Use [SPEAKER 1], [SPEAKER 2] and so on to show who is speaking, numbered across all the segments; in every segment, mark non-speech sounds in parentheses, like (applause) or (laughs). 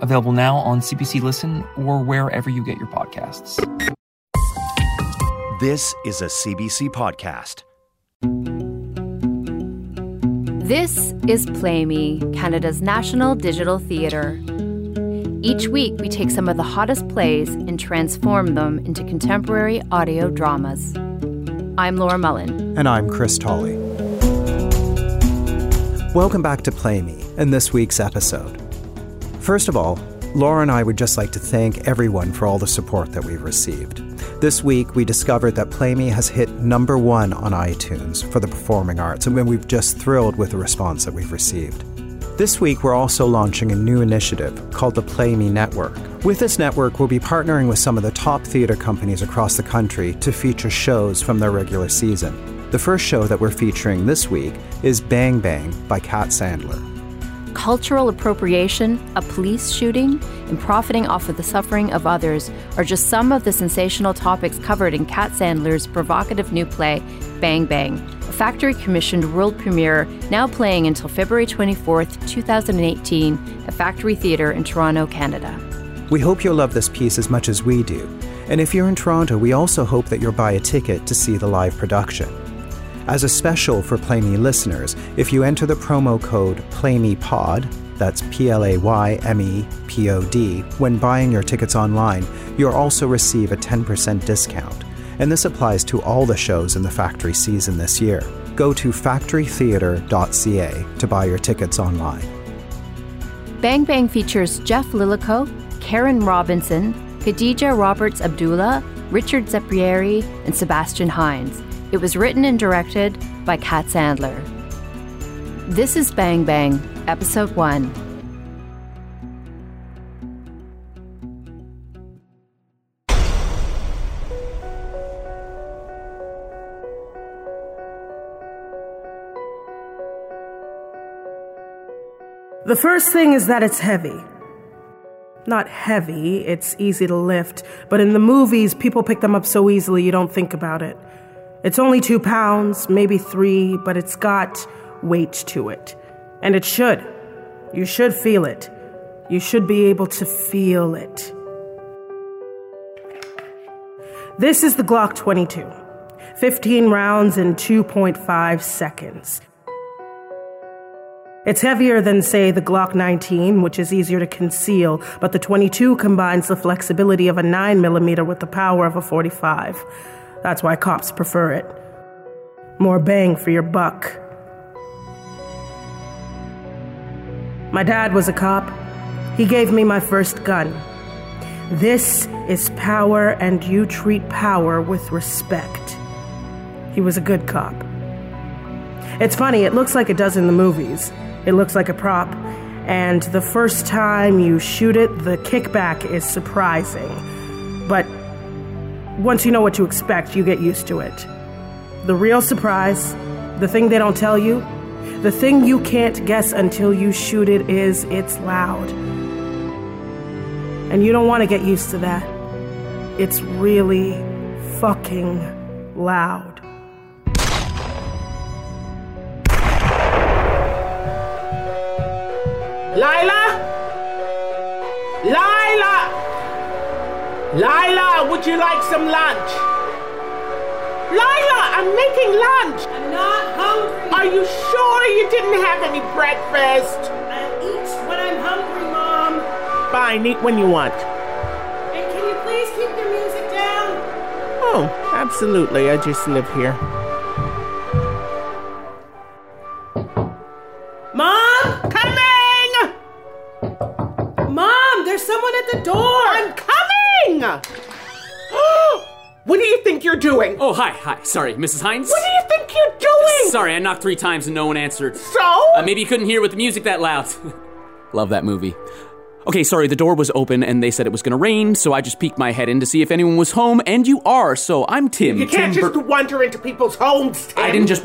[SPEAKER 1] available now on CBC Listen or wherever you get your podcasts.
[SPEAKER 2] This is a CBC podcast.
[SPEAKER 3] This is Play Me, Canada's national digital theatre. Each week, we take some of the hottest plays and transform them into contemporary audio dramas. I'm Laura Mullen.
[SPEAKER 4] And I'm Chris Tolley. Welcome back to Play Me and this week's episode. First of all, Laura and I would just like to thank everyone for all the support that we've received. This week, we discovered that Play Me has hit number one on iTunes for the performing arts, and we've just thrilled with the response that we've received. This week, we're also launching a new initiative called the Play Me Network. With this network, we'll be partnering with some of the top theatre companies across the country to feature shows from their regular season. The first show that we're featuring this week is Bang Bang by Kat Sandler.
[SPEAKER 3] Cultural appropriation, a police shooting, and profiting off of the suffering of others are just some of the sensational topics covered in Kat Sandler's provocative new play, Bang Bang, a factory commissioned world premiere now playing until February 24th, 2018, at Factory Theatre in Toronto, Canada.
[SPEAKER 4] We hope you'll love this piece as much as we do. And if you're in Toronto, we also hope that you'll buy a ticket to see the live production. As a special for Play Me listeners, if you enter the promo code PlayMePod, that's P L A Y M E P O D, when buying your tickets online, you'll also receive a 10% discount. And this applies to all the shows in the factory season this year. Go to factorytheatre.ca to buy your tickets online.
[SPEAKER 3] Bang Bang features Jeff Lillico, Karen Robinson, Khadija Roberts Abdullah, Richard Zeprieri, and Sebastian Hines. It was written and directed by Kat Sandler. This is Bang Bang, Episode 1.
[SPEAKER 5] The first thing is that it's heavy. Not heavy, it's easy to lift, but in the movies, people pick them up so easily you don't think about it. It's only two pounds, maybe three, but it's got weight to it. And it should. You should feel it. You should be able to feel it. This is the Glock 22. 15 rounds in 2.5 seconds. It's heavier than, say, the Glock 19, which is easier to conceal, but the 22 combines the flexibility of a 9mm with the power of a 45. That's why cops prefer it. More bang for your buck. My dad was a cop. He gave me my first gun. This is power, and you treat power with respect. He was a good cop. It's funny, it looks like it does in the movies. It looks like a prop, and the first time you shoot it, the kickback is surprising. But once you know what you expect, you get used to it. The real surprise, the thing they don't tell you, the thing you can't guess until you shoot it is it's loud. And you don't want to get used to that. It's really fucking loud.
[SPEAKER 6] Lila? Lila! Lila, would you like some lunch? Lila, I'm making lunch.
[SPEAKER 7] I'm not hungry.
[SPEAKER 6] Are you sure you didn't have any breakfast?
[SPEAKER 7] I eat when I'm hungry, Mom.
[SPEAKER 6] Fine, eat when you want.
[SPEAKER 7] And can you please keep the music down?
[SPEAKER 6] Oh, absolutely. I just live here.
[SPEAKER 7] Mom?
[SPEAKER 6] Coming!
[SPEAKER 7] Mom, there's someone at the door.
[SPEAKER 6] I'm coming! what do you think you're doing?
[SPEAKER 8] Oh, hi, hi. Sorry, Mrs. Hines.
[SPEAKER 6] What do you think you're doing?
[SPEAKER 8] Sorry, I knocked three times and no one answered.
[SPEAKER 6] So? (laughs)
[SPEAKER 8] Uh, maybe you couldn't hear with the music that loud. Love that movie.
[SPEAKER 6] Okay, sorry, the door was open and they said it was going to rain, so I just peeked my head in to see if anyone was home, and you are, so I'm Tim.
[SPEAKER 9] You can't
[SPEAKER 6] Tim Bur-
[SPEAKER 9] just wander into people's homes, Tim.
[SPEAKER 6] I didn't just.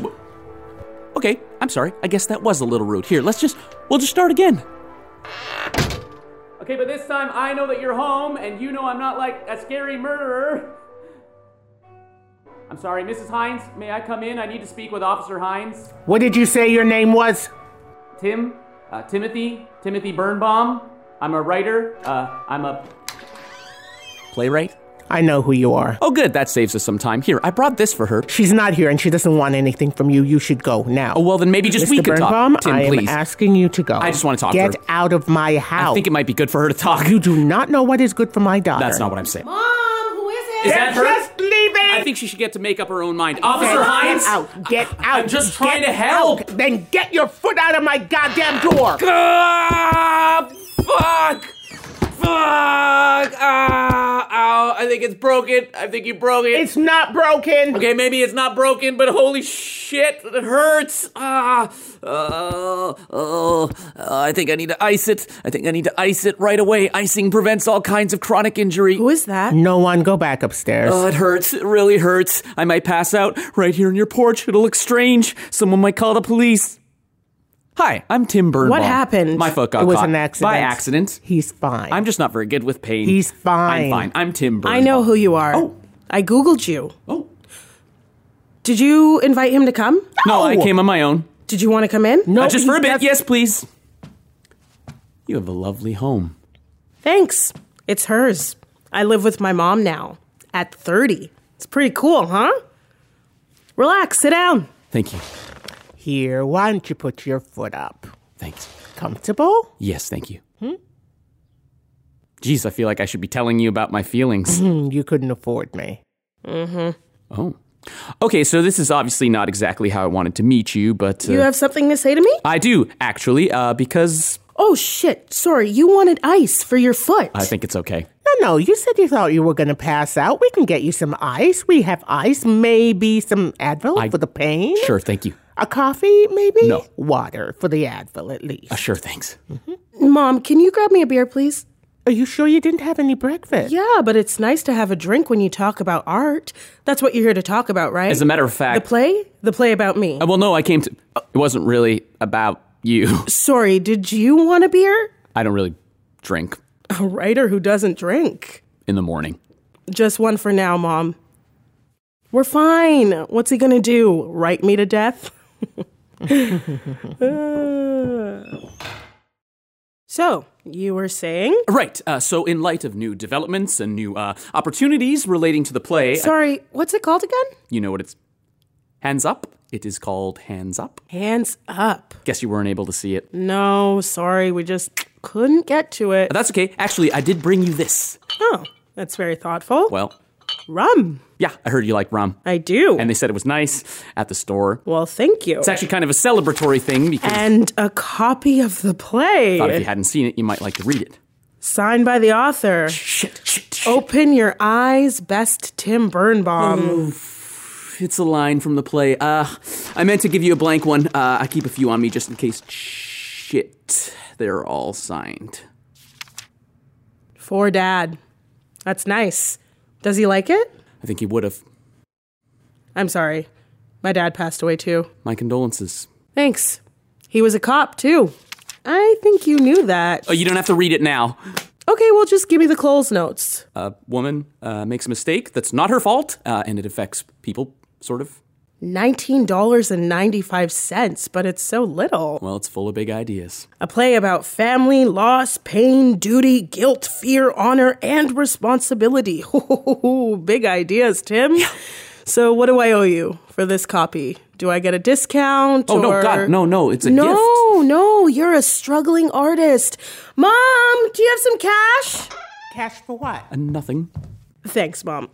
[SPEAKER 6] Okay, I'm sorry. I guess that was a little rude. Here, let's just. We'll just start again.
[SPEAKER 10] Okay, but this time I know that you're home, and you know I'm not like a scary murderer. I'm sorry, Mrs. Hines, may I come in? I need to speak with Officer Hines.
[SPEAKER 9] What did you say your name was?
[SPEAKER 10] Tim, uh, Timothy, Timothy Birnbaum. I'm a writer. Uh, I'm a.
[SPEAKER 6] Playwright?
[SPEAKER 9] I know who you are.
[SPEAKER 6] Oh, good. That saves us some time. Here, I brought this for her.
[SPEAKER 9] She's not here and she doesn't want anything from you. You should go now.
[SPEAKER 6] Oh, well, then maybe just
[SPEAKER 9] Mr.
[SPEAKER 6] we could talk.
[SPEAKER 9] Birnbaum,
[SPEAKER 6] Tim,
[SPEAKER 9] I am
[SPEAKER 6] please.
[SPEAKER 9] asking you to go.
[SPEAKER 6] I just wanna talk to
[SPEAKER 9] Get
[SPEAKER 6] her.
[SPEAKER 9] out of my house.
[SPEAKER 6] I think it might be good for her to talk.
[SPEAKER 9] You do not know what is good for my daughter.
[SPEAKER 6] That's not what I'm saying.
[SPEAKER 7] Mom, who is it?
[SPEAKER 6] Is that her?
[SPEAKER 9] Just leave it.
[SPEAKER 6] I think she should get to make up her own mind. Officer
[SPEAKER 9] Get
[SPEAKER 6] Hines!
[SPEAKER 9] out. Get out.
[SPEAKER 6] I'm just trying
[SPEAKER 9] Get
[SPEAKER 6] to help.
[SPEAKER 9] out. Then get your foot out of my goddamn door.
[SPEAKER 10] Ah, fuck! Fuck! Ah, ow. I think it's broken. I think you broke it.
[SPEAKER 9] It's not broken.
[SPEAKER 10] Okay, maybe it's not broken, but holy shit, it hurts. Ah, uh, uh, I think I need to ice it. I think I need to ice it right away. Icing prevents all kinds of chronic injury.
[SPEAKER 5] Who is that?
[SPEAKER 9] No one go back upstairs.
[SPEAKER 6] Oh, it hurts. It really hurts. I might pass out right here on your porch. It'll look strange. Someone might call the police. Hi, I'm Tim Birnbaum.
[SPEAKER 9] What happened?
[SPEAKER 6] My foot got
[SPEAKER 9] It was
[SPEAKER 6] caught.
[SPEAKER 9] an accident.
[SPEAKER 6] By accident.
[SPEAKER 9] He's fine.
[SPEAKER 6] I'm just not very good with pain.
[SPEAKER 9] He's fine.
[SPEAKER 6] I'm fine. I'm Tim Birnbaum.
[SPEAKER 5] I know who you are.
[SPEAKER 6] Oh.
[SPEAKER 5] I Googled you.
[SPEAKER 6] Oh.
[SPEAKER 5] Did you invite him to come?
[SPEAKER 6] No, I came on my own.
[SPEAKER 5] Did you want to come in?
[SPEAKER 9] No,
[SPEAKER 6] Uh, just for a
[SPEAKER 9] he-
[SPEAKER 6] bit.
[SPEAKER 9] that's-
[SPEAKER 6] Yes, please. You have a lovely home.
[SPEAKER 5] Thanks. It's hers. I live with my mom now at 30. It's pretty cool, huh? Relax, sit down.
[SPEAKER 6] Thank you.
[SPEAKER 9] Here, why don't you put your foot up?
[SPEAKER 6] Thanks.
[SPEAKER 9] Comfortable?
[SPEAKER 6] Yes, thank you. Hmm? Jeez, I feel like I should be telling you about my feelings.
[SPEAKER 9] Hmm, you couldn't afford me.
[SPEAKER 6] oh. Okay, so this is obviously not exactly how I wanted to meet you, but uh,
[SPEAKER 5] You have something to say to me?
[SPEAKER 6] I do actually, uh, because
[SPEAKER 5] Oh shit. Sorry, you wanted ice for your foot.
[SPEAKER 6] I think it's okay.
[SPEAKER 9] No, no, you said you thought you were going to pass out. We can get you some ice. We have ice, maybe some Advil
[SPEAKER 6] I-
[SPEAKER 9] for the pain.
[SPEAKER 6] Sure, thank you.
[SPEAKER 9] A coffee, maybe?
[SPEAKER 6] No.
[SPEAKER 9] Water for the Advil, at least.
[SPEAKER 6] Uh, sure, thanks.
[SPEAKER 5] Mom, can you grab me a beer, please?
[SPEAKER 9] Are you sure you didn't have any breakfast?
[SPEAKER 5] Yeah, but it's nice to have a drink when you talk about art. That's what you're here to talk about, right?
[SPEAKER 6] As a matter of
[SPEAKER 5] the
[SPEAKER 6] fact,
[SPEAKER 5] play? The play about me.
[SPEAKER 6] uh, well, no, I came to. uh, It wasn't really about you. (laughs)
[SPEAKER 5] Sorry, did you want a beer?
[SPEAKER 6] I don't really drink
[SPEAKER 5] A writer who doesn't drink.
[SPEAKER 6] in the morning.
[SPEAKER 5] Just one for now, Mom. We're fine. What's he gonna do? Write me to death? (laughs) Uh, so, you were saying?
[SPEAKER 6] Right. Uh, so, in light of new developments and new uh, opportunities relating to the play, I-
[SPEAKER 5] Sorry, what's it called again?
[SPEAKER 6] you know what it's hands up. It is called hands up.
[SPEAKER 5] Hands up.
[SPEAKER 6] Guess you weren't able to see it.
[SPEAKER 5] No, sorry, we just couldn't get to it.
[SPEAKER 6] That's okay. Actually, I did bring you this.
[SPEAKER 5] Oh, that's very thoughtful.
[SPEAKER 6] Well,
[SPEAKER 5] Rum.
[SPEAKER 6] yeah, I heard you like rum,
[SPEAKER 5] I do.
[SPEAKER 6] and they said it was nice at the store.
[SPEAKER 5] well, thank you.
[SPEAKER 6] It's actually kind of a celebratory thing because
[SPEAKER 5] and a copy of the play.
[SPEAKER 6] I thought if you hadn't seen it, you might like to read it.
[SPEAKER 5] Signed by the author.
[SPEAKER 6] Shit, shit, shit.
[SPEAKER 5] Open your eyes, best Tim
[SPEAKER 6] Hmm.
[SPEAKER 5] Birnbaum.
[SPEAKER 6] Oh, It's a line from the play. Uh, I meant to give you a blank one. Uh, I keep a few on me just in case. Shit, they're all signed.
[SPEAKER 5] For dad. That's nice. Does he like it?
[SPEAKER 6] I think you would have.
[SPEAKER 5] I'm sorry. My dad passed away too.
[SPEAKER 6] My condolences.
[SPEAKER 5] Thanks. He was a cop too. I think you knew that.
[SPEAKER 6] Oh, you don't have to read it now.
[SPEAKER 5] Okay, well, just give me the Coles notes.
[SPEAKER 6] A woman uh, makes a mistake that's not her fault, uh, and it affects people, sort of.
[SPEAKER 5] $19.95, but it's so little.
[SPEAKER 6] Well, it's full of big ideas.
[SPEAKER 5] A play about family, loss, pain, duty, guilt, fear, honor, and responsibility. (laughs) Big ideas, Tim. So, what do I owe you for this copy? Do I get a discount?
[SPEAKER 6] Oh, no,
[SPEAKER 5] or-
[SPEAKER 6] God, no, no, it's a
[SPEAKER 5] no,
[SPEAKER 6] gift.
[SPEAKER 5] no, you're a struggling artist. Mom, do you have some cash?
[SPEAKER 9] Cash for what?
[SPEAKER 6] And nothing.
[SPEAKER 5] Thanks, Mom.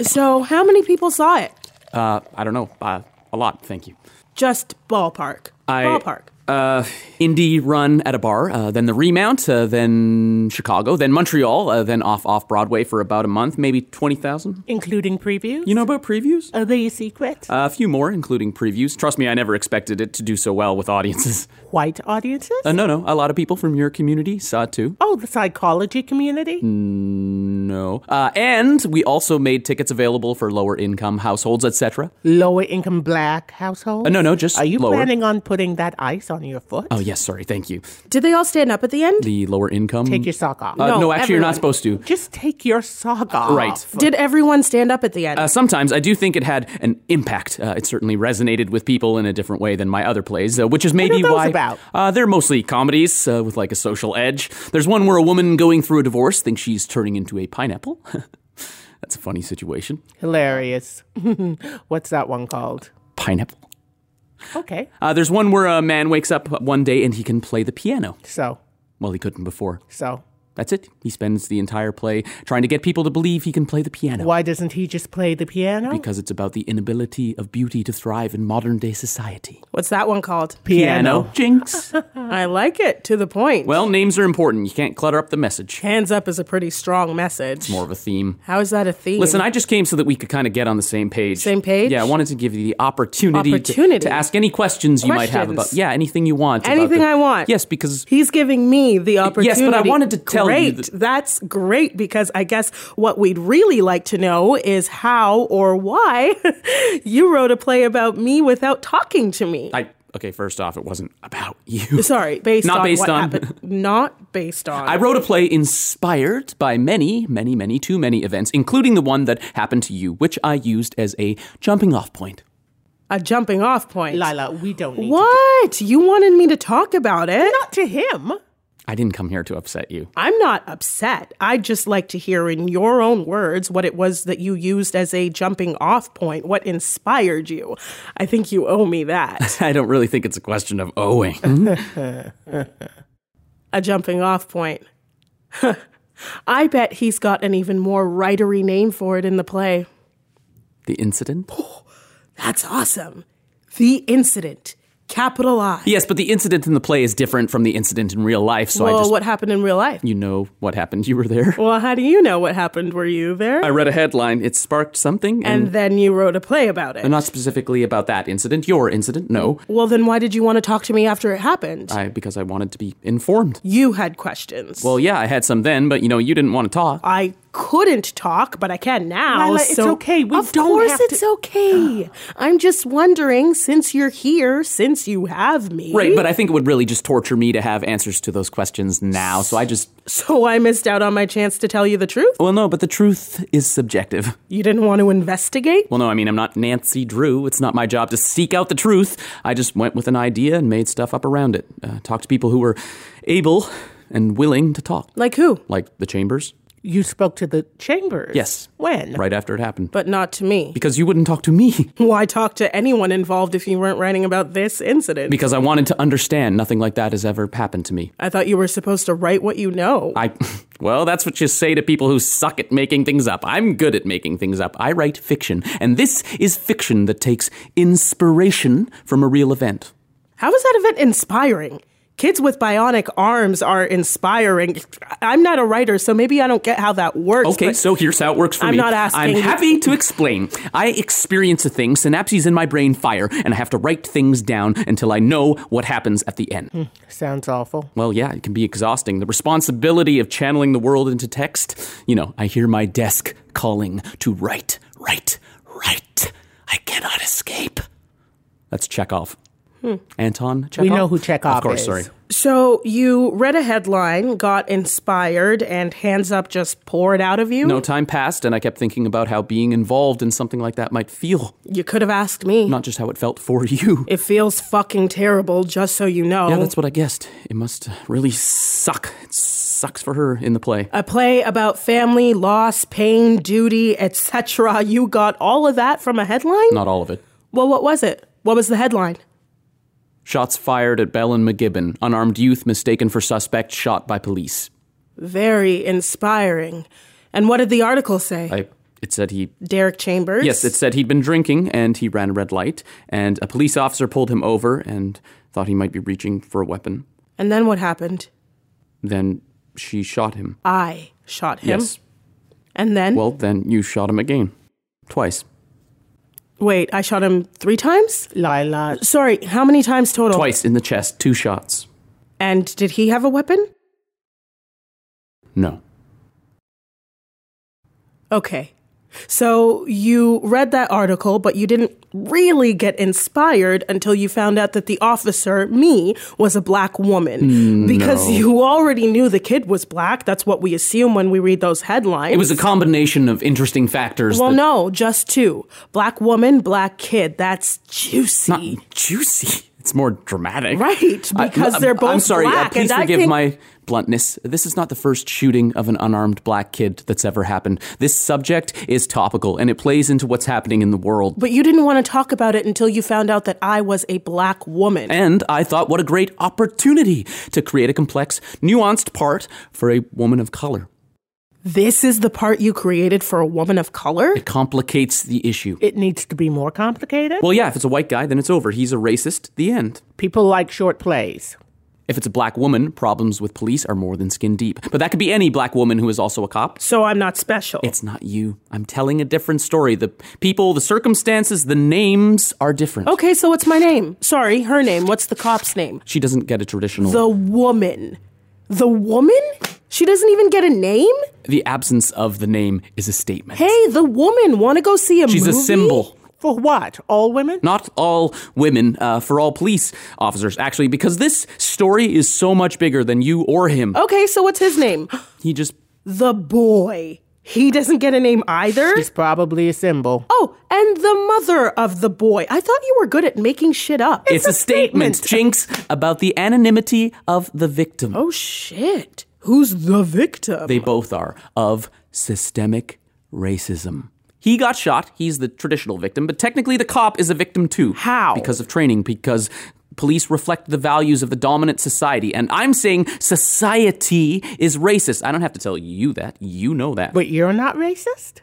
[SPEAKER 5] So, how many people saw it?
[SPEAKER 6] Uh, I don't know. Uh, a lot, thank you.
[SPEAKER 5] Just ballpark.
[SPEAKER 6] I-
[SPEAKER 5] ballpark.
[SPEAKER 6] Uh, indie run at a bar, uh, then the remount, uh, then Chicago, then Montreal, uh, then off off Broadway for about a month, maybe twenty thousand.
[SPEAKER 5] Including previews?
[SPEAKER 6] You know Uh, about previews?
[SPEAKER 5] Are they a secret?
[SPEAKER 6] a few more, including previews. Trust me, I never expected it to do so well with audiences. (laughs)
[SPEAKER 5] White audiences?
[SPEAKER 6] Uh, no, no, a lot of people from your community saw it too.
[SPEAKER 5] Oh, the psychology community?
[SPEAKER 6] No, uh, and we also made tickets available for lower income households, etc.
[SPEAKER 5] Lower income black household?
[SPEAKER 6] Uh, no, no, just
[SPEAKER 5] Are you
[SPEAKER 6] lower.
[SPEAKER 5] planning on putting that ice on your foot?
[SPEAKER 6] Oh yes, sorry, thank you.
[SPEAKER 5] Did they all stand up at the end?
[SPEAKER 6] The lower income.
[SPEAKER 5] Take your sock off.
[SPEAKER 6] Uh, no, actually, you're not supposed to.
[SPEAKER 5] Just take your sock off.
[SPEAKER 6] Right.
[SPEAKER 5] Did everyone stand up at the end?
[SPEAKER 6] Uh, sometimes I do think it had an impact. Uh, it certainly resonated with people in a different way than my other plays, uh, which is maybe
[SPEAKER 5] those
[SPEAKER 6] why
[SPEAKER 5] about?
[SPEAKER 6] Uh, they're mostly comedies uh, with like a social edge. There's one where a woman going through a divorce thinks she's turning into a pineapple. (laughs) That's a funny situation.
[SPEAKER 5] Hilarious. (laughs) What's that one called?
[SPEAKER 6] Pineapple.
[SPEAKER 5] Okay.
[SPEAKER 6] Uh, there's one where a man wakes up one day and he can play the piano.
[SPEAKER 5] So,
[SPEAKER 6] Well, he couldn't before.
[SPEAKER 5] so.
[SPEAKER 6] That's it. He spends the entire play trying to get people to believe he can play the piano.
[SPEAKER 5] Why doesn't he just play the piano?
[SPEAKER 6] Because it's about the inability of beauty to thrive in modern day society.
[SPEAKER 5] What's that one called?
[SPEAKER 6] Jinx.
[SPEAKER 5] I like it. To the point.
[SPEAKER 6] (laughs) well, names are important. You can't clutter up the message.
[SPEAKER 5] Hands up is a pretty strong message.
[SPEAKER 6] It's more of a theme.
[SPEAKER 5] How is that a theme?
[SPEAKER 6] Listen, I just came so that we could kind of get on the same page.
[SPEAKER 5] Same page?
[SPEAKER 6] Yeah, I wanted to give you the opportunity, to-
[SPEAKER 5] Opportunity.
[SPEAKER 6] To, ask any questions you might have about.
[SPEAKER 5] Questions.
[SPEAKER 6] Yeah, anything you want. about
[SPEAKER 5] Anything
[SPEAKER 6] the-
[SPEAKER 5] I want.
[SPEAKER 6] Yes, because
[SPEAKER 5] He's giving me the opportunity.
[SPEAKER 6] but I wanted to tell you
[SPEAKER 5] great.
[SPEAKER 6] that-
[SPEAKER 5] That's great because I guess what we'd really like to know is how or why (laughs) you wrote a play about me without talking to me.
[SPEAKER 6] I. Okay, first off, it wasn't about
[SPEAKER 5] (laughs)
[SPEAKER 6] you.
[SPEAKER 5] Sorry, based
[SPEAKER 6] Not
[SPEAKER 5] on
[SPEAKER 6] based
[SPEAKER 5] what
[SPEAKER 6] on.
[SPEAKER 5] happened.
[SPEAKER 6] (laughs)
[SPEAKER 5] Not based on.
[SPEAKER 6] I wrote a play inspired by many, many, many, too many events, including the one that happened to you, which I used as a jumping off point.
[SPEAKER 5] a jumping off point.
[SPEAKER 9] Lila, we don't need
[SPEAKER 5] What? You wanted me to talk about it?
[SPEAKER 9] Not to him.
[SPEAKER 6] I didn't come here to upset you. (laughs)
[SPEAKER 5] I'm not upset. I'd just like to hear in your own words what it was that you used as a jumping off point, what inspired you. I think you owe me that.
[SPEAKER 9] (laughs)
[SPEAKER 6] I don't really think it's a question of owing.
[SPEAKER 5] (laughs) a jumping off point. (laughs) I bet he's got an even more writery name for it in the play.
[SPEAKER 6] the incident?
[SPEAKER 5] That's awesome. The incident. Capital I.
[SPEAKER 6] Yes, but the incident in the play is different from the incident in real life, so
[SPEAKER 5] well,
[SPEAKER 6] I just.
[SPEAKER 5] what happened in real life?
[SPEAKER 6] You know what happened. You were there.
[SPEAKER 5] Well, how do you know what happened? Were you there?
[SPEAKER 6] I read a headline, it sparked something, and.
[SPEAKER 5] and then you wrote a play about it.
[SPEAKER 6] and not specifically about that incident, your incident, no.
[SPEAKER 5] well, then why did you want to talk to me after it happened?
[SPEAKER 6] I, because I wanted to be informed.
[SPEAKER 5] you had questions.
[SPEAKER 6] Well, yeah, I had some then, but you know, you didn't want to talk.
[SPEAKER 5] I couldn't talk, but I can now.
[SPEAKER 9] Lila, it's
[SPEAKER 5] so-
[SPEAKER 9] okay. We
[SPEAKER 5] of
[SPEAKER 9] don't
[SPEAKER 5] course,
[SPEAKER 9] have
[SPEAKER 5] it's
[SPEAKER 6] (sighs)
[SPEAKER 5] okay. I'm just wondering, since you're here, since you have me,
[SPEAKER 6] Right, but I think it would really just torture me to have answers to those questions now. So I just.
[SPEAKER 5] so I missed out on my chance to tell you the truth.
[SPEAKER 6] Well, no, but the truth is subjective.
[SPEAKER 5] You didn't want to investigate.
[SPEAKER 6] Well, no, I mean, I'm not Nancy Drew. It's not my job to seek out the truth. I just went with an idea and made stuff up around it. Uh, talked to people who were able and willing to talk,
[SPEAKER 5] Like who?
[SPEAKER 6] like the Chambers.
[SPEAKER 9] You spoke to the chambers.
[SPEAKER 6] Yes.
[SPEAKER 9] When?
[SPEAKER 6] Right after it happened.
[SPEAKER 5] But not to me. (laughs)
[SPEAKER 6] Because you wouldn't talk to me. (laughs)
[SPEAKER 5] Why talk to anyone involved if you weren't writing about this incident?
[SPEAKER 6] Because I wanted to understand. Nothing like that has ever happened to me.
[SPEAKER 5] I thought you were supposed to write what you know.
[SPEAKER 6] I. (laughs) Well, that's what you say to people who suck at making things up. I'm good at making things up. I write fiction. And this is fiction that takes inspiration from a real event.
[SPEAKER 5] How is that event inspiring? Kids with bionic arms are inspiring. I'm not a writer, so maybe I don't get how that works.
[SPEAKER 6] Okay,
[SPEAKER 5] but-
[SPEAKER 6] so here's how it works for
[SPEAKER 5] I'm
[SPEAKER 6] me.
[SPEAKER 5] not asking
[SPEAKER 6] I'm
[SPEAKER 5] you-
[SPEAKER 6] happy to explain. I experience a thing, synapses in my brain fire, and I have to write things down until I know what happens at the end.
[SPEAKER 9] Sounds awful.
[SPEAKER 6] Well, yeah, it can be exhausting. The responsibility of channeling the world into text. You know, I hear my desk calling to write, write, write. I cannot escape. That's Chekhov. Anton
[SPEAKER 9] We
[SPEAKER 6] Chekhov.
[SPEAKER 9] know who Chekhov
[SPEAKER 6] Of course,
[SPEAKER 9] is.
[SPEAKER 6] sorry.
[SPEAKER 5] So you read a headline, got inspired, and hands up just poured out of you?
[SPEAKER 6] No time passed, and I kept thinking about how being involved in something like that might feel,
[SPEAKER 5] You could have asked me.
[SPEAKER 6] not just how it felt for (laughs) you.
[SPEAKER 5] It feels fucking terrible, just so you know.
[SPEAKER 6] Yeah, that's what I guessed. It must really suck. It sucks for her in the play.
[SPEAKER 5] a play about family, loss, pain, duty, etc. You got all of that from a headline?
[SPEAKER 6] Not all of it.
[SPEAKER 5] Well, what was it? What was the headline?
[SPEAKER 6] Shots fired at Bell and McGibbon. Unarmed youth mistaken for suspect shot by police.
[SPEAKER 5] Very inspiring. And what did the article say?
[SPEAKER 6] I It said he.
[SPEAKER 5] Derek Chambers?
[SPEAKER 6] Yes, it said he'd been drinking and he ran a red light, and a police officer pulled him over and thought he might be reaching for a weapon.
[SPEAKER 5] And then what happened?
[SPEAKER 6] Then she shot him.
[SPEAKER 5] I shot him.
[SPEAKER 6] Yes.
[SPEAKER 5] And then?
[SPEAKER 6] Well, then you shot him again. Twice.
[SPEAKER 5] Wait, I shot him three times?
[SPEAKER 9] Lila.
[SPEAKER 5] Sorry, how many times total?
[SPEAKER 6] Twice in the chest, two shots.
[SPEAKER 5] And did he have a weapon?
[SPEAKER 6] No.
[SPEAKER 5] Okay. So you read that article, but you didn't really get inspired until you found out that the officer, me, was a black woman.
[SPEAKER 6] Mm,
[SPEAKER 5] because
[SPEAKER 6] no.
[SPEAKER 5] you already knew the kid was black. That's what we assume when we read those headlines.
[SPEAKER 6] It was a combination of interesting factors.
[SPEAKER 5] Well,
[SPEAKER 6] that-
[SPEAKER 5] no, just two. Black woman, black kid. That's juicy.
[SPEAKER 6] Not juicy. It's more dramatic.
[SPEAKER 5] Right,
[SPEAKER 6] I-
[SPEAKER 5] because
[SPEAKER 6] I'm-
[SPEAKER 5] they're both
[SPEAKER 6] I'm sorry. uh,
[SPEAKER 5] black, and
[SPEAKER 6] please
[SPEAKER 5] I
[SPEAKER 6] forgive
[SPEAKER 5] think-
[SPEAKER 6] my bluntness. This is not the first shooting of an unarmed black kid that's ever happened. This subject is topical, and it plays into what's happening in the world.
[SPEAKER 5] But you didn't want to talk about it until you found out that I was a black woman.
[SPEAKER 6] And I thought, what a great opportunity to create a complex, nuanced part for a woman of color.
[SPEAKER 5] This is the part you created for a woman of color?
[SPEAKER 6] It complicates the issue.
[SPEAKER 9] It needs to be more complicated.
[SPEAKER 6] Well, yeah, if it's a white guy, then it's over. He's a racist. The end.
[SPEAKER 9] People like short plays.
[SPEAKER 6] If it's a black woman, problems with police are more than skin deep. But that could be any black woman who is also a cop.
[SPEAKER 5] So I'm not special.
[SPEAKER 6] It's not you. I'm telling a different story. The people, the circumstances, the names are different.
[SPEAKER 5] Okay, so what's my name? Sorry, her name. What's the cop's name?
[SPEAKER 6] She doesn't get a traditional.
[SPEAKER 5] The woman. The woman? She doesn't even get a name?
[SPEAKER 6] the absence of the name is a statement.
[SPEAKER 5] Hey, the woman. Want to go see a
[SPEAKER 6] She's a
[SPEAKER 5] movie?
[SPEAKER 6] symbol.
[SPEAKER 9] For what? All women?
[SPEAKER 6] Not all women, uh, for all police officers, actually, because this story is so much bigger than you or him.
[SPEAKER 5] Okay, so what's his name? (gasps)
[SPEAKER 6] He just.
[SPEAKER 5] The boy. He doesn't get a name either?
[SPEAKER 9] It's probably a symbol.
[SPEAKER 5] Oh, and the mother of the boy. I thought you were good at making shit up.
[SPEAKER 6] It's, a statement, Jinx, about the anonymity of the victim.
[SPEAKER 5] Oh, shit. Who's the victim?
[SPEAKER 6] They both are of systemic racism. He got shot. He's the traditional victim, but technically the cop is a victim too.
[SPEAKER 5] How?
[SPEAKER 6] Because of training, because police reflect the values of the dominant society. And I'm saying society is racist. I don't have to tell you that. You know that.
[SPEAKER 9] But you're not racist?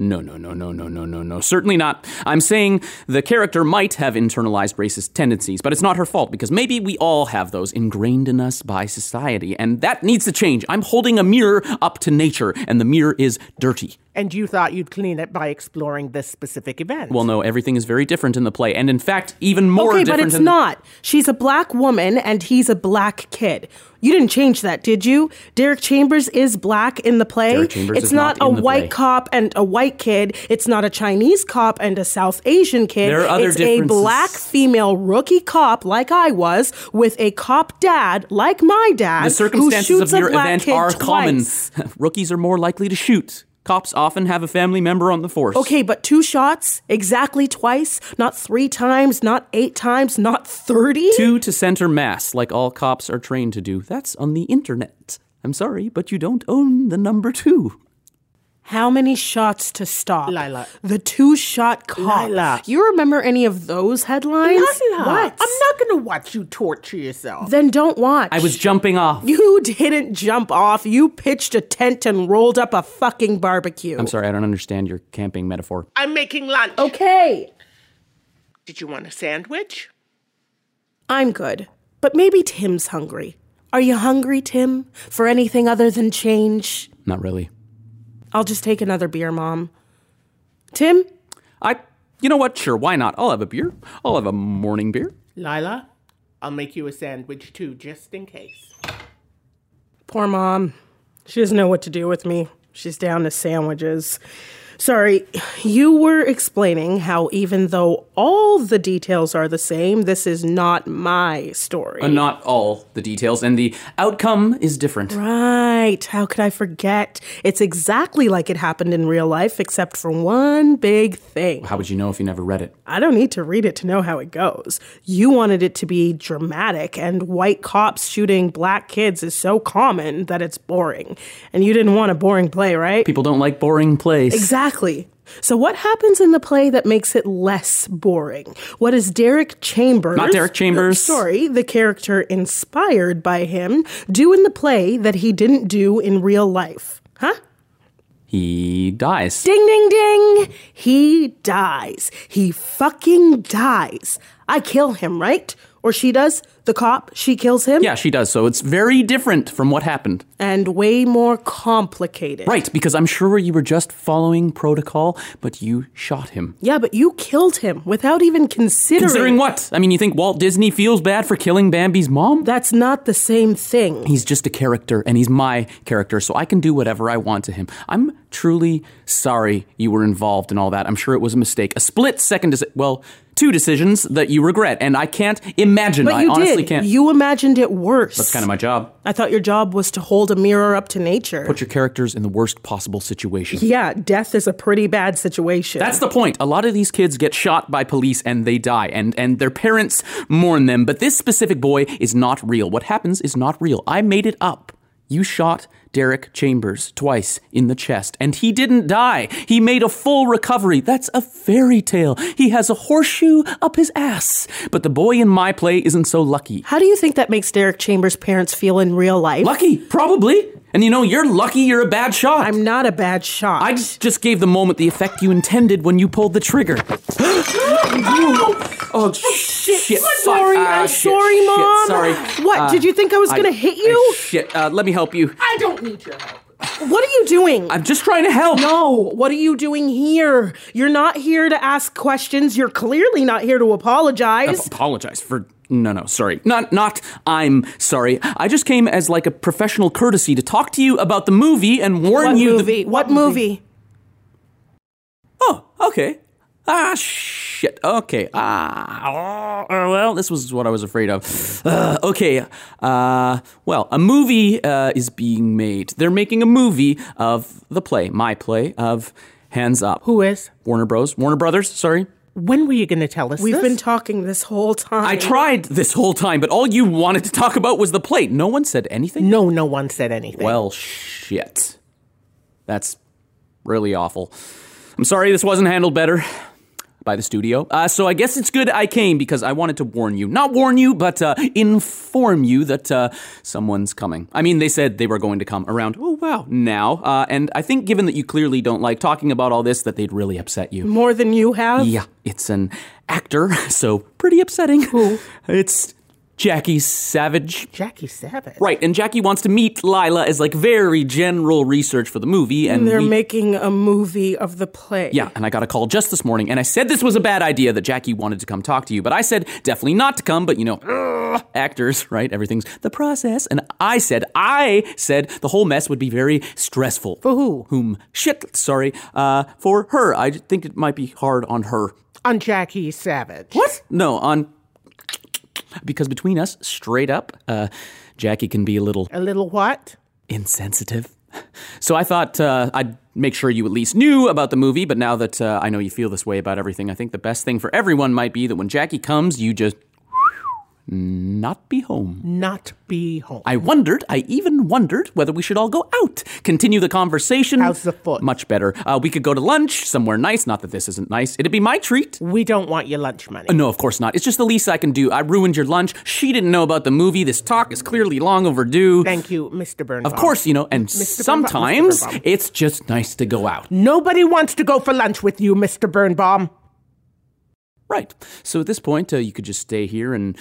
[SPEAKER 6] No, no, no, no, no, no, no, no. Certainly not. I'm saying the character might have internalized racist tendencies, but it's not her fault because maybe we all have those ingrained in us by society, and that needs to change. I'm holding a mirror up to nature, and the mirror is dirty.
[SPEAKER 9] And you thought you'd clean it by exploring this specific event.
[SPEAKER 6] Well, no, everything is very different in the play, and in fact, even more
[SPEAKER 5] okay,
[SPEAKER 6] different.
[SPEAKER 5] but it's
[SPEAKER 6] in the-
[SPEAKER 5] not. She's a black woman and he's a black kid. You didn't change that, did you? Derek Chambers is black in the play.
[SPEAKER 6] Derek Chambers
[SPEAKER 5] it's
[SPEAKER 6] is
[SPEAKER 5] not,
[SPEAKER 6] not in
[SPEAKER 5] a
[SPEAKER 6] the
[SPEAKER 5] white
[SPEAKER 6] play.
[SPEAKER 5] cop and a white kid. It's not a Chinese cop and a South Asian kid.
[SPEAKER 6] There are other
[SPEAKER 5] it's a
[SPEAKER 6] differences.
[SPEAKER 5] black female rookie cop like I was with a cop dad like my dad.
[SPEAKER 6] the
[SPEAKER 5] who
[SPEAKER 6] circumstances
[SPEAKER 5] shoots
[SPEAKER 6] of your
[SPEAKER 5] a black
[SPEAKER 6] event
[SPEAKER 5] kid
[SPEAKER 6] are common.
[SPEAKER 5] twice.
[SPEAKER 6] (laughs) Rookies are more likely to shoot. Cops often have a family member on the force.
[SPEAKER 5] Okay, but two shots exactly twice, not three times, not eight times, not 30?
[SPEAKER 6] Two to center mass, like all cops are trained to do. That's on the internet. I'm sorry, but you don't own the number two.
[SPEAKER 5] How many shots to stop?
[SPEAKER 9] Lila.
[SPEAKER 5] The two shot cop.
[SPEAKER 9] Lila.
[SPEAKER 5] You remember any of those headlines?
[SPEAKER 9] Lila,
[SPEAKER 5] What?
[SPEAKER 9] I'm not going to watch you torture yourself.
[SPEAKER 5] Then don't watch.
[SPEAKER 6] I was jumping off.
[SPEAKER 5] You (laughs) didn't jump off. You pitched a tent and rolled up a fucking barbecue.
[SPEAKER 6] I'm sorry, I don't understand your camping metaphor.
[SPEAKER 9] I'm making lunch.
[SPEAKER 5] Okay.
[SPEAKER 9] Did you want a sandwich?
[SPEAKER 5] I'm good. But maybe Tim's hungry. Are you hungry, Tim? For anything other than change?
[SPEAKER 6] Not really.
[SPEAKER 5] I'll just take another beer, Mom. Tim?
[SPEAKER 6] I, you know what? Sure, why not? I'll have a beer. I'll have a morning beer.
[SPEAKER 9] Lila, I'll make you a sandwich too, just in case.
[SPEAKER 5] Poor mom. She doesn't know what to do with me. She's down to sandwiches. Sorry, you were explaining how even though all the details are the same, this is not my story.
[SPEAKER 6] Uh, not all the details, and the outcome is different.
[SPEAKER 5] Right. How could I forget? It's exactly like it happened in real life, except for one big thing.
[SPEAKER 6] How would you know if you never read it?
[SPEAKER 5] I don't need to read it to know how it goes. You wanted it to be dramatic, and white cops shooting black kids is so common that it's boring. And you didn't want a boring play, right?
[SPEAKER 6] People don't like boring plays.
[SPEAKER 5] Exactly. So, what happens in the play that makes it less boring? What is Derek Chambers?
[SPEAKER 6] Not Derek
[SPEAKER 5] (laughs)
[SPEAKER 6] Chambers.
[SPEAKER 5] Sorry, the character inspired by him, do in the play that he didn't do in real life? Huh?
[SPEAKER 6] He dies.
[SPEAKER 5] Ding, ding, ding! He dies. He fucking dies. I kill him, right? Or she does? The cop, she kills him?
[SPEAKER 6] Yeah, she does. So it's very different from what happened.
[SPEAKER 5] And way more complicated.
[SPEAKER 6] Right, because I'm sure you were just following protocol, but you shot him.
[SPEAKER 5] Yeah, but you killed him without even considering.
[SPEAKER 6] Considering what? I mean, you think Walt Disney feels bad for killing Bambi's mom?
[SPEAKER 5] That's not the same thing.
[SPEAKER 6] He's just a character, and he's my character, so I can do whatever I want to him. I'm truly sorry you were involved in all that. I'm sure it was a mistake. A split second, deci- well, two decisions that you regret, and I can't imagine.
[SPEAKER 5] But
[SPEAKER 6] I
[SPEAKER 5] you
[SPEAKER 6] honestly
[SPEAKER 5] did.
[SPEAKER 6] can't.
[SPEAKER 5] You imagined it worse.
[SPEAKER 6] That's kind of my job.
[SPEAKER 5] I thought your job was to hold a mirror up to nature.
[SPEAKER 6] Put your characters in the worst possible situation.
[SPEAKER 5] yeah, death is a pretty bad situation.
[SPEAKER 6] That's the point. A lot of these kids get shot by police and they die, and, and their parents mourn them. But this specific boy is not real. What happens is not real. I made it up. You shot Derek Chambers twice in the chest, and he didn't die. He made a full recovery. That's a fairy tale. He has a horseshoe up his ass. But the boy in my play isn't so lucky.
[SPEAKER 5] How do you think that makes Derek Chambers' parents feel in real life?
[SPEAKER 6] Lucky, probably. And you know, you're lucky you're a bad shot.
[SPEAKER 5] I'm not a bad shot.
[SPEAKER 6] I just, just gave the moment the effect you intended when you pulled the trigger. (gasps) oh, shit. shit. fuck.
[SPEAKER 5] Sorry,
[SPEAKER 6] Ah,
[SPEAKER 5] I'm
[SPEAKER 6] shit,
[SPEAKER 5] sorry,
[SPEAKER 6] shit,
[SPEAKER 5] Mom.
[SPEAKER 6] sorry.
[SPEAKER 5] What?
[SPEAKER 6] Uh,
[SPEAKER 5] did you think I was
[SPEAKER 6] I-
[SPEAKER 5] gonna hit you?
[SPEAKER 6] I- shit, uh, let me help you.
[SPEAKER 5] I don't need your help. What are you doing?
[SPEAKER 6] I'm just trying to help.
[SPEAKER 5] No, what are you doing here? You're not here to ask questions. You're clearly not here to apologize.
[SPEAKER 6] Apologize for. No, no, sorry. Not, not, I'm sorry. I just came as like a professional courtesy to talk to you about the movie and warn
[SPEAKER 5] what
[SPEAKER 6] you. the-
[SPEAKER 5] movie? what movie?
[SPEAKER 6] Oh, Okay. Ah, shit. Okay. Ah, oh, uh, well, this was what I was afraid of. Uh, okay. Uh, well, a movie uh, is being made. They're making a movie of the play, my play of Hands Up.
[SPEAKER 5] Who is?
[SPEAKER 6] Warner Bros. Warner Brothers. Sorry.
[SPEAKER 11] When were you going to tell us
[SPEAKER 5] We've
[SPEAKER 11] this?
[SPEAKER 5] been talking this whole time.
[SPEAKER 6] I tried this whole time, but all you wanted to talk about was the play. No one said anything.
[SPEAKER 11] No, no one said anything.
[SPEAKER 6] Well, shit. That's really awful. I'm sorry this wasn't handled better by the studio. Uh, so I guess it's good I came because I wanted to warn you. Not warn you, but uh, inform you that uh, someone's coming. I mean, they said they were going to come around, oh, wow, now. Uh, and I think given that you clearly don't like talking about all this, that they'd really upset you.
[SPEAKER 5] More than you have?
[SPEAKER 6] Yeah, it's an actor, (laughs) so pretty upsetting. It's Jackie Savage.
[SPEAKER 11] Jackie Savage.
[SPEAKER 6] Right, and Jackie wants to meet Lila as like very general research for the movie, and
[SPEAKER 5] They're
[SPEAKER 6] we-
[SPEAKER 5] making a movie of the play.
[SPEAKER 6] yeah, and I got a call just this morning, and I said this was a bad idea that Jackie wanted to come talk to you, but I said definitely not to come, but you know, ugh, actors, right? Everything's the process. And I said, I said the whole mess would be very stressful. For
[SPEAKER 11] who?
[SPEAKER 6] Whom? Shit, sorry. Uh, for her. I think it might be hard on her.
[SPEAKER 11] On Jackie Savage.
[SPEAKER 6] What? No, on. Because between us, straight up, uh, Jackie can be a little
[SPEAKER 11] A little what?
[SPEAKER 6] insensitive. So I thought uh, I'd make sure you at least knew about the movie, but now that uh, I know you feel this way about everything, I think the best thing for everyone might be that when Jackie comes, you just not be home.
[SPEAKER 11] Not be home.
[SPEAKER 6] I wondered, I even wondered whether we should all go out, continue the conversation.
[SPEAKER 11] How's the foot?
[SPEAKER 6] Much better. Uh, we could go to lunch somewhere nice. Not that this isn't nice. It'd be my treat.
[SPEAKER 11] we don't want your lunch money.
[SPEAKER 6] Uh, No, of course not. It's just the least I can do. I ruined your lunch. She didn't know about the movie. This talk is clearly long overdue.
[SPEAKER 11] Thank you, Mr. Burnbaum.
[SPEAKER 6] Of course, you know, and
[SPEAKER 11] Mr. Birnbaum,
[SPEAKER 6] sometimes
[SPEAKER 11] Mr. Birnbaum.
[SPEAKER 6] it's just nice to go out.
[SPEAKER 11] Nobody wants to go for lunch with you, Mr. Birnbaum.
[SPEAKER 6] Right. So at this point, uh, you could just stay here and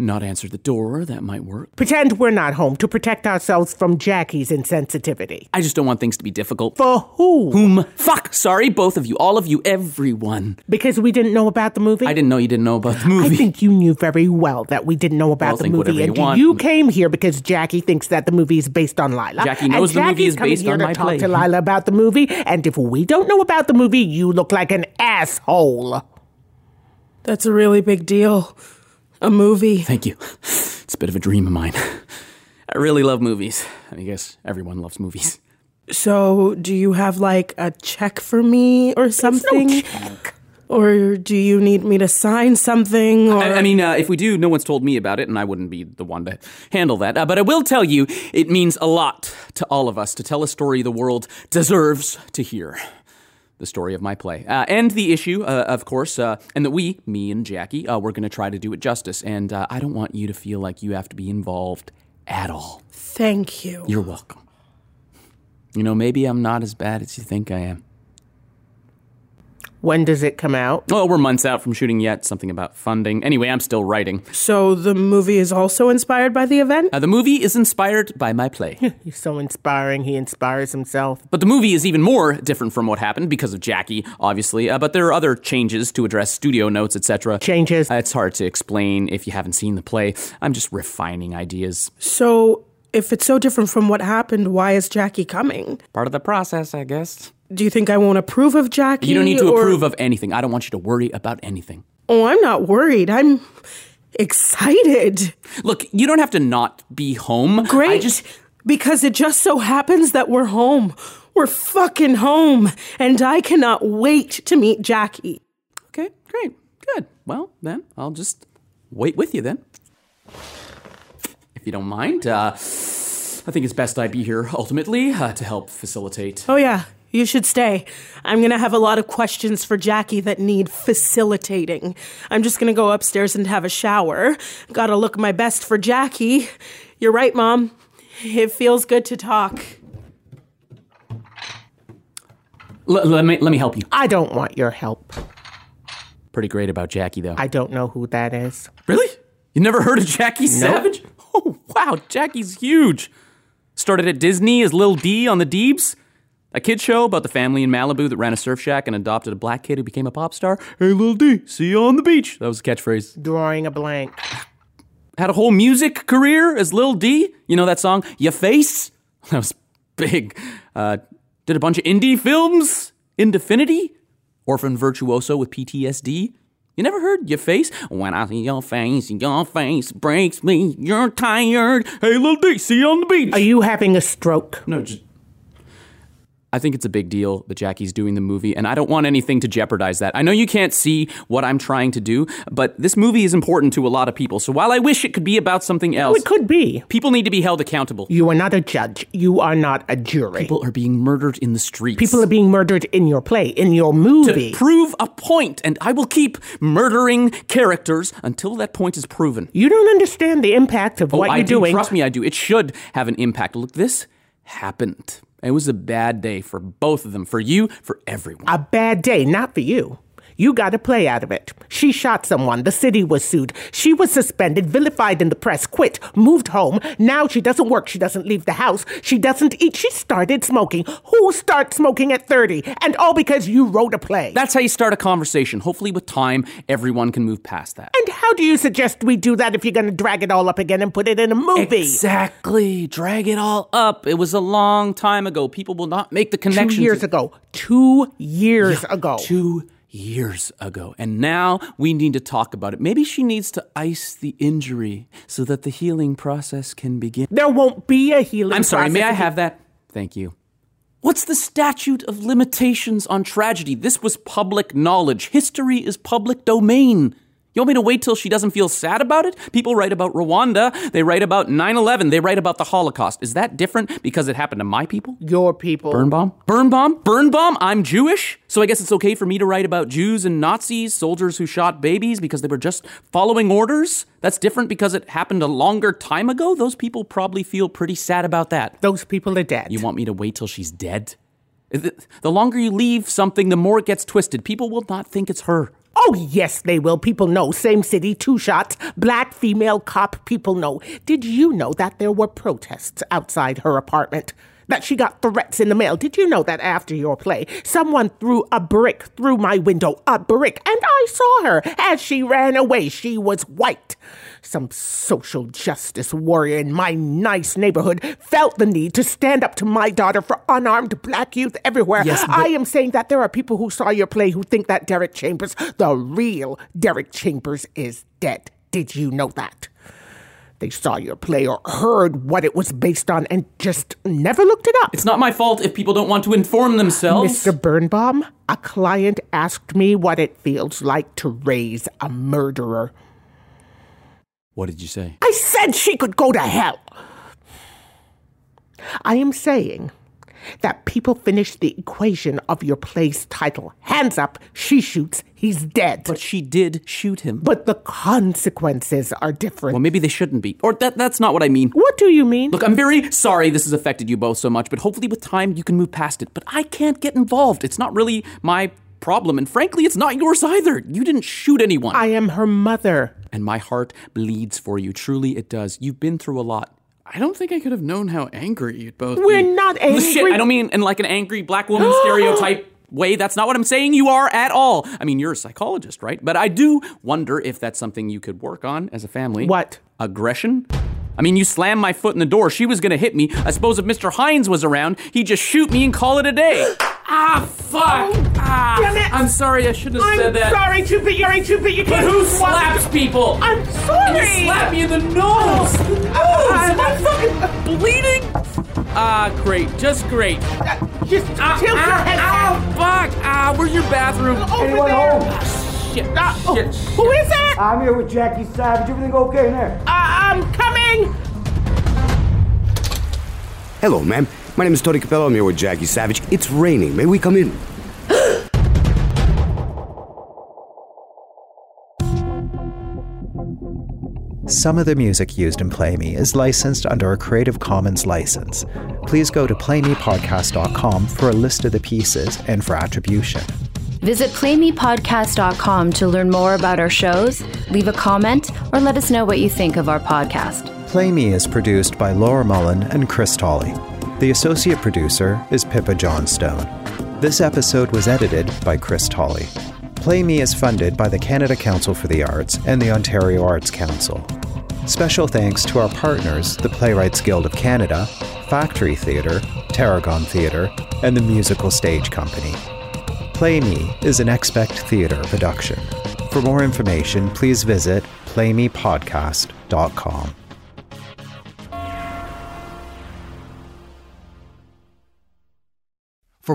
[SPEAKER 6] not answer the door. That might work.
[SPEAKER 11] Pretend we're not home to protect ourselves from Jackie's insensitivity.
[SPEAKER 6] I just don't want things to be difficult.
[SPEAKER 11] For who?
[SPEAKER 6] Whom? Fuck! Sorry, both of you, all of you, everyone.
[SPEAKER 11] Because we didn't know about the movie?
[SPEAKER 6] I didn't know you didn't know about the
[SPEAKER 11] I
[SPEAKER 6] movie.
[SPEAKER 11] think you knew very well that we didn't know
[SPEAKER 6] Well,
[SPEAKER 11] about the
[SPEAKER 6] think whatever
[SPEAKER 11] movie,
[SPEAKER 6] you
[SPEAKER 11] and
[SPEAKER 6] want.
[SPEAKER 11] you came here because Jackie thinks that the movie is based on Lila.
[SPEAKER 6] Jackie
[SPEAKER 11] and
[SPEAKER 6] knows the movie
[SPEAKER 11] Jackie's
[SPEAKER 6] is
[SPEAKER 11] coming
[SPEAKER 6] based
[SPEAKER 11] here
[SPEAKER 6] on
[SPEAKER 11] to
[SPEAKER 6] my
[SPEAKER 11] talk
[SPEAKER 6] play.
[SPEAKER 11] to Lila about the movie, and if we don't know about the movie, you look like an asshole.
[SPEAKER 5] That's a really big deal. A movie.
[SPEAKER 6] Thank you. It's a bit of a dream of mine. (laughs) I really love movies. I guess everyone loves movies.
[SPEAKER 5] So, do you have like a check for me or something? Or do you need me to sign something? Or
[SPEAKER 6] I, I mean, uh, if we do, no one's told me about it, and I wouldn't be the one to handle that. Uh, but I will tell you, it means a lot to all of us to tell a story the world deserves to hear. The story of my play. Uh, and the issue, uh, of course, uh, and that we, me and Jackie, uh, we're going to try to do it justice. And uh, I don't want you to feel like you have to be involved at all.
[SPEAKER 5] thank you.
[SPEAKER 6] You're welcome. You know, maybe I'm not as bad as you think I am.
[SPEAKER 5] When does it come out?
[SPEAKER 6] Oh, we're months out from shooting yet. Something about funding. Anyway, I'm still writing.
[SPEAKER 4] So the movie is also inspired by the event?
[SPEAKER 6] Uh, the movie is inspired by my play.
[SPEAKER 5] He's so inspiring. He inspires himself.
[SPEAKER 6] But the movie is even more different from what happened because of Jackie, obviously. Uh, but there are other changes to address studio notes, etc.
[SPEAKER 5] Changes.
[SPEAKER 6] Uh, it's hard to explain if you haven't seen the play. I'm just refining ideas.
[SPEAKER 4] So if it's so different from what happened, why is Jackie coming?
[SPEAKER 6] Part of the process, I guess.
[SPEAKER 4] Do you think I won't approve of Jackie?
[SPEAKER 6] You don't need to
[SPEAKER 4] or-
[SPEAKER 6] approve of anything. I don't want you to worry about anything.
[SPEAKER 4] Oh, I'm not worried. I'm excited.
[SPEAKER 6] Look, you don't have to not be home.
[SPEAKER 4] Great. because it just so happens that we're home. We're fucking home. And I cannot wait to meet Jackie.
[SPEAKER 6] Okay, great. Good. Well, then I'll just wait with you then. If you don't mind, uh, I think it's best I be here ultimately uh, to help facilitate.
[SPEAKER 4] Oh, yeah. You should stay. I'm going to have a lot of questions for Jackie that need facilitating. I'm just going to go upstairs and have a shower. Gotta look my best for Jackie. You're right, Mom. It feels good to talk.
[SPEAKER 6] L- let me let me help you.
[SPEAKER 5] I don't want your help.
[SPEAKER 6] Pretty great about Jackie though.
[SPEAKER 5] I don't know who that is.
[SPEAKER 6] Really? You never heard of Jackie Savage? (laughs) Oh wow, Jackie's huge. Started at Disney as Lil D on the Deebs, a kid show about the family in Malibu that ran a surf shack and adopted a black kid who became a pop star. Hey Lil D, see you on the beach. That was the catchphrase.
[SPEAKER 5] Drawing a blank.
[SPEAKER 6] had a whole music career as Lil D. You know that song, Your Face? (laughs) That was big. Uh, did a bunch of indie films, Indefinity, Orphan Virtuoso with PTSD. You never heard Your Face? When I see your face, your face breaks me. You're tired. Hey, Lil D, see you on the beach.
[SPEAKER 5] Are you having a stroke?
[SPEAKER 6] No, just. I think it's a big deal that Jackie's doing the movie, and I don't want anything to jeopardize that. I know you can't see what I'm trying to do, but this movie is important to a lot of people. So while I wish it could be about something else,
[SPEAKER 5] It could be.
[SPEAKER 6] people need to be held accountable.
[SPEAKER 5] You are not a judge. You are not a jury.
[SPEAKER 6] People are being murdered in the streets.
[SPEAKER 5] People are being murdered in your play, in your
[SPEAKER 6] to
[SPEAKER 5] movie.
[SPEAKER 6] prove a point, and I will keep murdering characters until that point is proven.
[SPEAKER 5] you don't understand the impact of
[SPEAKER 6] Oh,
[SPEAKER 5] what
[SPEAKER 6] I
[SPEAKER 5] you're
[SPEAKER 6] do.
[SPEAKER 5] doing.
[SPEAKER 6] Trust me, I do. It should have an impact. Look, this happened. It was a bad day for both of them, for you, for everyone.
[SPEAKER 5] a bad day, not for you. You got a play out of it. She shot someone. The city was sued. She was suspended, vilified in the press, quit, moved home. Now she doesn't work. She doesn't leave the house. She doesn't eat. She started smoking. Who starts smoking at 30? And all because you wrote a play.
[SPEAKER 6] That's how you start a conversation. Hopefully, with time, everyone can move past that.
[SPEAKER 5] and how do you suggest we do that if you're going to drag it all up again and put it in a movie?
[SPEAKER 6] Exactly. Drag it all up. It was a long time ago. People will not make the
[SPEAKER 5] Two
[SPEAKER 6] connection.
[SPEAKER 5] years ago. Two years ago.
[SPEAKER 6] Two years ago. And now we need to talk about it. Maybe she needs to ice the injury so that the healing process can begin.
[SPEAKER 5] There won't be a healing
[SPEAKER 6] I'm sorry, may I
[SPEAKER 5] process if you-
[SPEAKER 6] have that? Thank you. What's the statute of limitations on tragedy? This was public knowledge. History is public domain. You want me to wait till she doesn't feel sad about it? People write about Rwanda, they write about 9 11, they write about the Holocaust. Is that different because it happened to my people?
[SPEAKER 5] Your people.
[SPEAKER 6] Burn bomb? Burn bomb? Burn bomb? I'm Jewish, so I guess it's okay for me to write about Jews and Nazis, soldiers who shot babies because they were just following orders? That's different because it happened a longer time ago? Those people probably feel pretty sad about that.
[SPEAKER 5] Those people are dead.
[SPEAKER 6] You want me to wait till she's dead? The the longer you leave something, the more it gets twisted. People will not think it's her.
[SPEAKER 5] Oh, yes, they will. People know. Same city, two shots. Black female cop, people know. Did you know that there were protests outside her apartment? That she got threats in the mail? Did you know that after your play, someone threw a brick through my window? A brick. And I saw her as she ran away. She was white. Some social justice warrior in my nice neighborhood felt the need to stand up to my daughter for unarmed black youth everywhere.
[SPEAKER 6] Yes, but-
[SPEAKER 5] I am saying that there are people who saw your play who think that Derek Chambers, the real Derek Chambers, is dead. Did you know that? They saw your play or heard what it was based on and just never looked it up.
[SPEAKER 6] It's not my fault if people don't want to inform themselves.
[SPEAKER 5] Mr. Birnbaum, a client asked me what it feels like to raise a murderer.
[SPEAKER 6] What did you say?
[SPEAKER 5] I said she could go to hell. I am saying
[SPEAKER 9] that people finish the equation of your play's title. Hands up, she shoots, he's dead.
[SPEAKER 6] But she did shoot him.
[SPEAKER 9] But the consequences are different.
[SPEAKER 6] Well, maybe they shouldn't be. Or that that's not what I mean.
[SPEAKER 9] What do you mean?
[SPEAKER 6] Look, I'm very sorry this has affected you both so much, but hopefully with time you can move past it. But I can't get involved. It's not really my problem, and frankly, it's not yours either. You didn't shoot anyone.
[SPEAKER 9] I am her mother.
[SPEAKER 6] And my heart bleeds for you. Truly, it does. You've been through a lot. I don't think I could have known how angry you'd both
[SPEAKER 9] We're
[SPEAKER 6] be. (laughs)
[SPEAKER 9] not angry.
[SPEAKER 6] Shit, I don't mean in like an angry black woman
[SPEAKER 9] (gasps)
[SPEAKER 6] stereotype way. That's not what I'm saying you are at all. I mean, you're a psychologist, right? But I do wonder if that's something you could work on as a family.
[SPEAKER 9] What?
[SPEAKER 6] Aggression? I mean, you slammed my foot in the door. She was going to hit me. I suppose if Mr. Hines was around, he'd just shoot me and call it
[SPEAKER 9] (gasps)
[SPEAKER 6] a day. ah, fuck. ah,
[SPEAKER 9] damn it.
[SPEAKER 6] I'm sorry. I shouldn't have
[SPEAKER 9] I'm
[SPEAKER 6] said that.
[SPEAKER 9] sorry, Toopy, you're a Toopy, you
[SPEAKER 6] But
[SPEAKER 9] can't
[SPEAKER 6] who
[SPEAKER 9] do one-
[SPEAKER 6] slaps people?
[SPEAKER 9] I'm sorry!
[SPEAKER 6] You slapped me in the nose!
[SPEAKER 9] Oh,
[SPEAKER 6] The nose! Am I fucking bleeding? Ah, great. Just great.
[SPEAKER 9] Just
[SPEAKER 6] Ah,
[SPEAKER 9] tilt your
[SPEAKER 6] ah,
[SPEAKER 9] head
[SPEAKER 6] ah,
[SPEAKER 9] back.
[SPEAKER 6] fuck! Ah, where's your bathroom?
[SPEAKER 9] Over Anyone there. home?
[SPEAKER 6] Ah, shit.
[SPEAKER 9] Oh, Ah, oh,
[SPEAKER 6] shit.
[SPEAKER 9] Who is that?
[SPEAKER 12] I'm here with Jackie Savage. Everything okay in there?
[SPEAKER 9] I- I'm coming.
[SPEAKER 13] Hello, ma'am. My name is Tony Capello. I'm here with Jackie Savage. It's raining. May we come in?
[SPEAKER 4] Some of the music used in Play Me is licensed under a Creative Commons license. Please go to playmepodcast.com for a list of the pieces and for attribution.
[SPEAKER 3] Visit playmepodcast.com to learn more about our shows, leave a comment, or let us know what you think of our podcast.
[SPEAKER 4] Play Me is produced by Laura Mullen and Chris Tolley. The associate producer is Pippa Johnstone. This episode was edited by Chris Tolley. Play Me is funded by the Canada Council for the Arts and the Ontario Arts Council. Special thanks to our partners, the Playwrights Guild of Canada, Factory Theatre, Tarragon Theatre, and the Musical Stage Company. Play Me is an Expect Theatre production. For more information, please visit playmepodcast.com.
[SPEAKER 2] For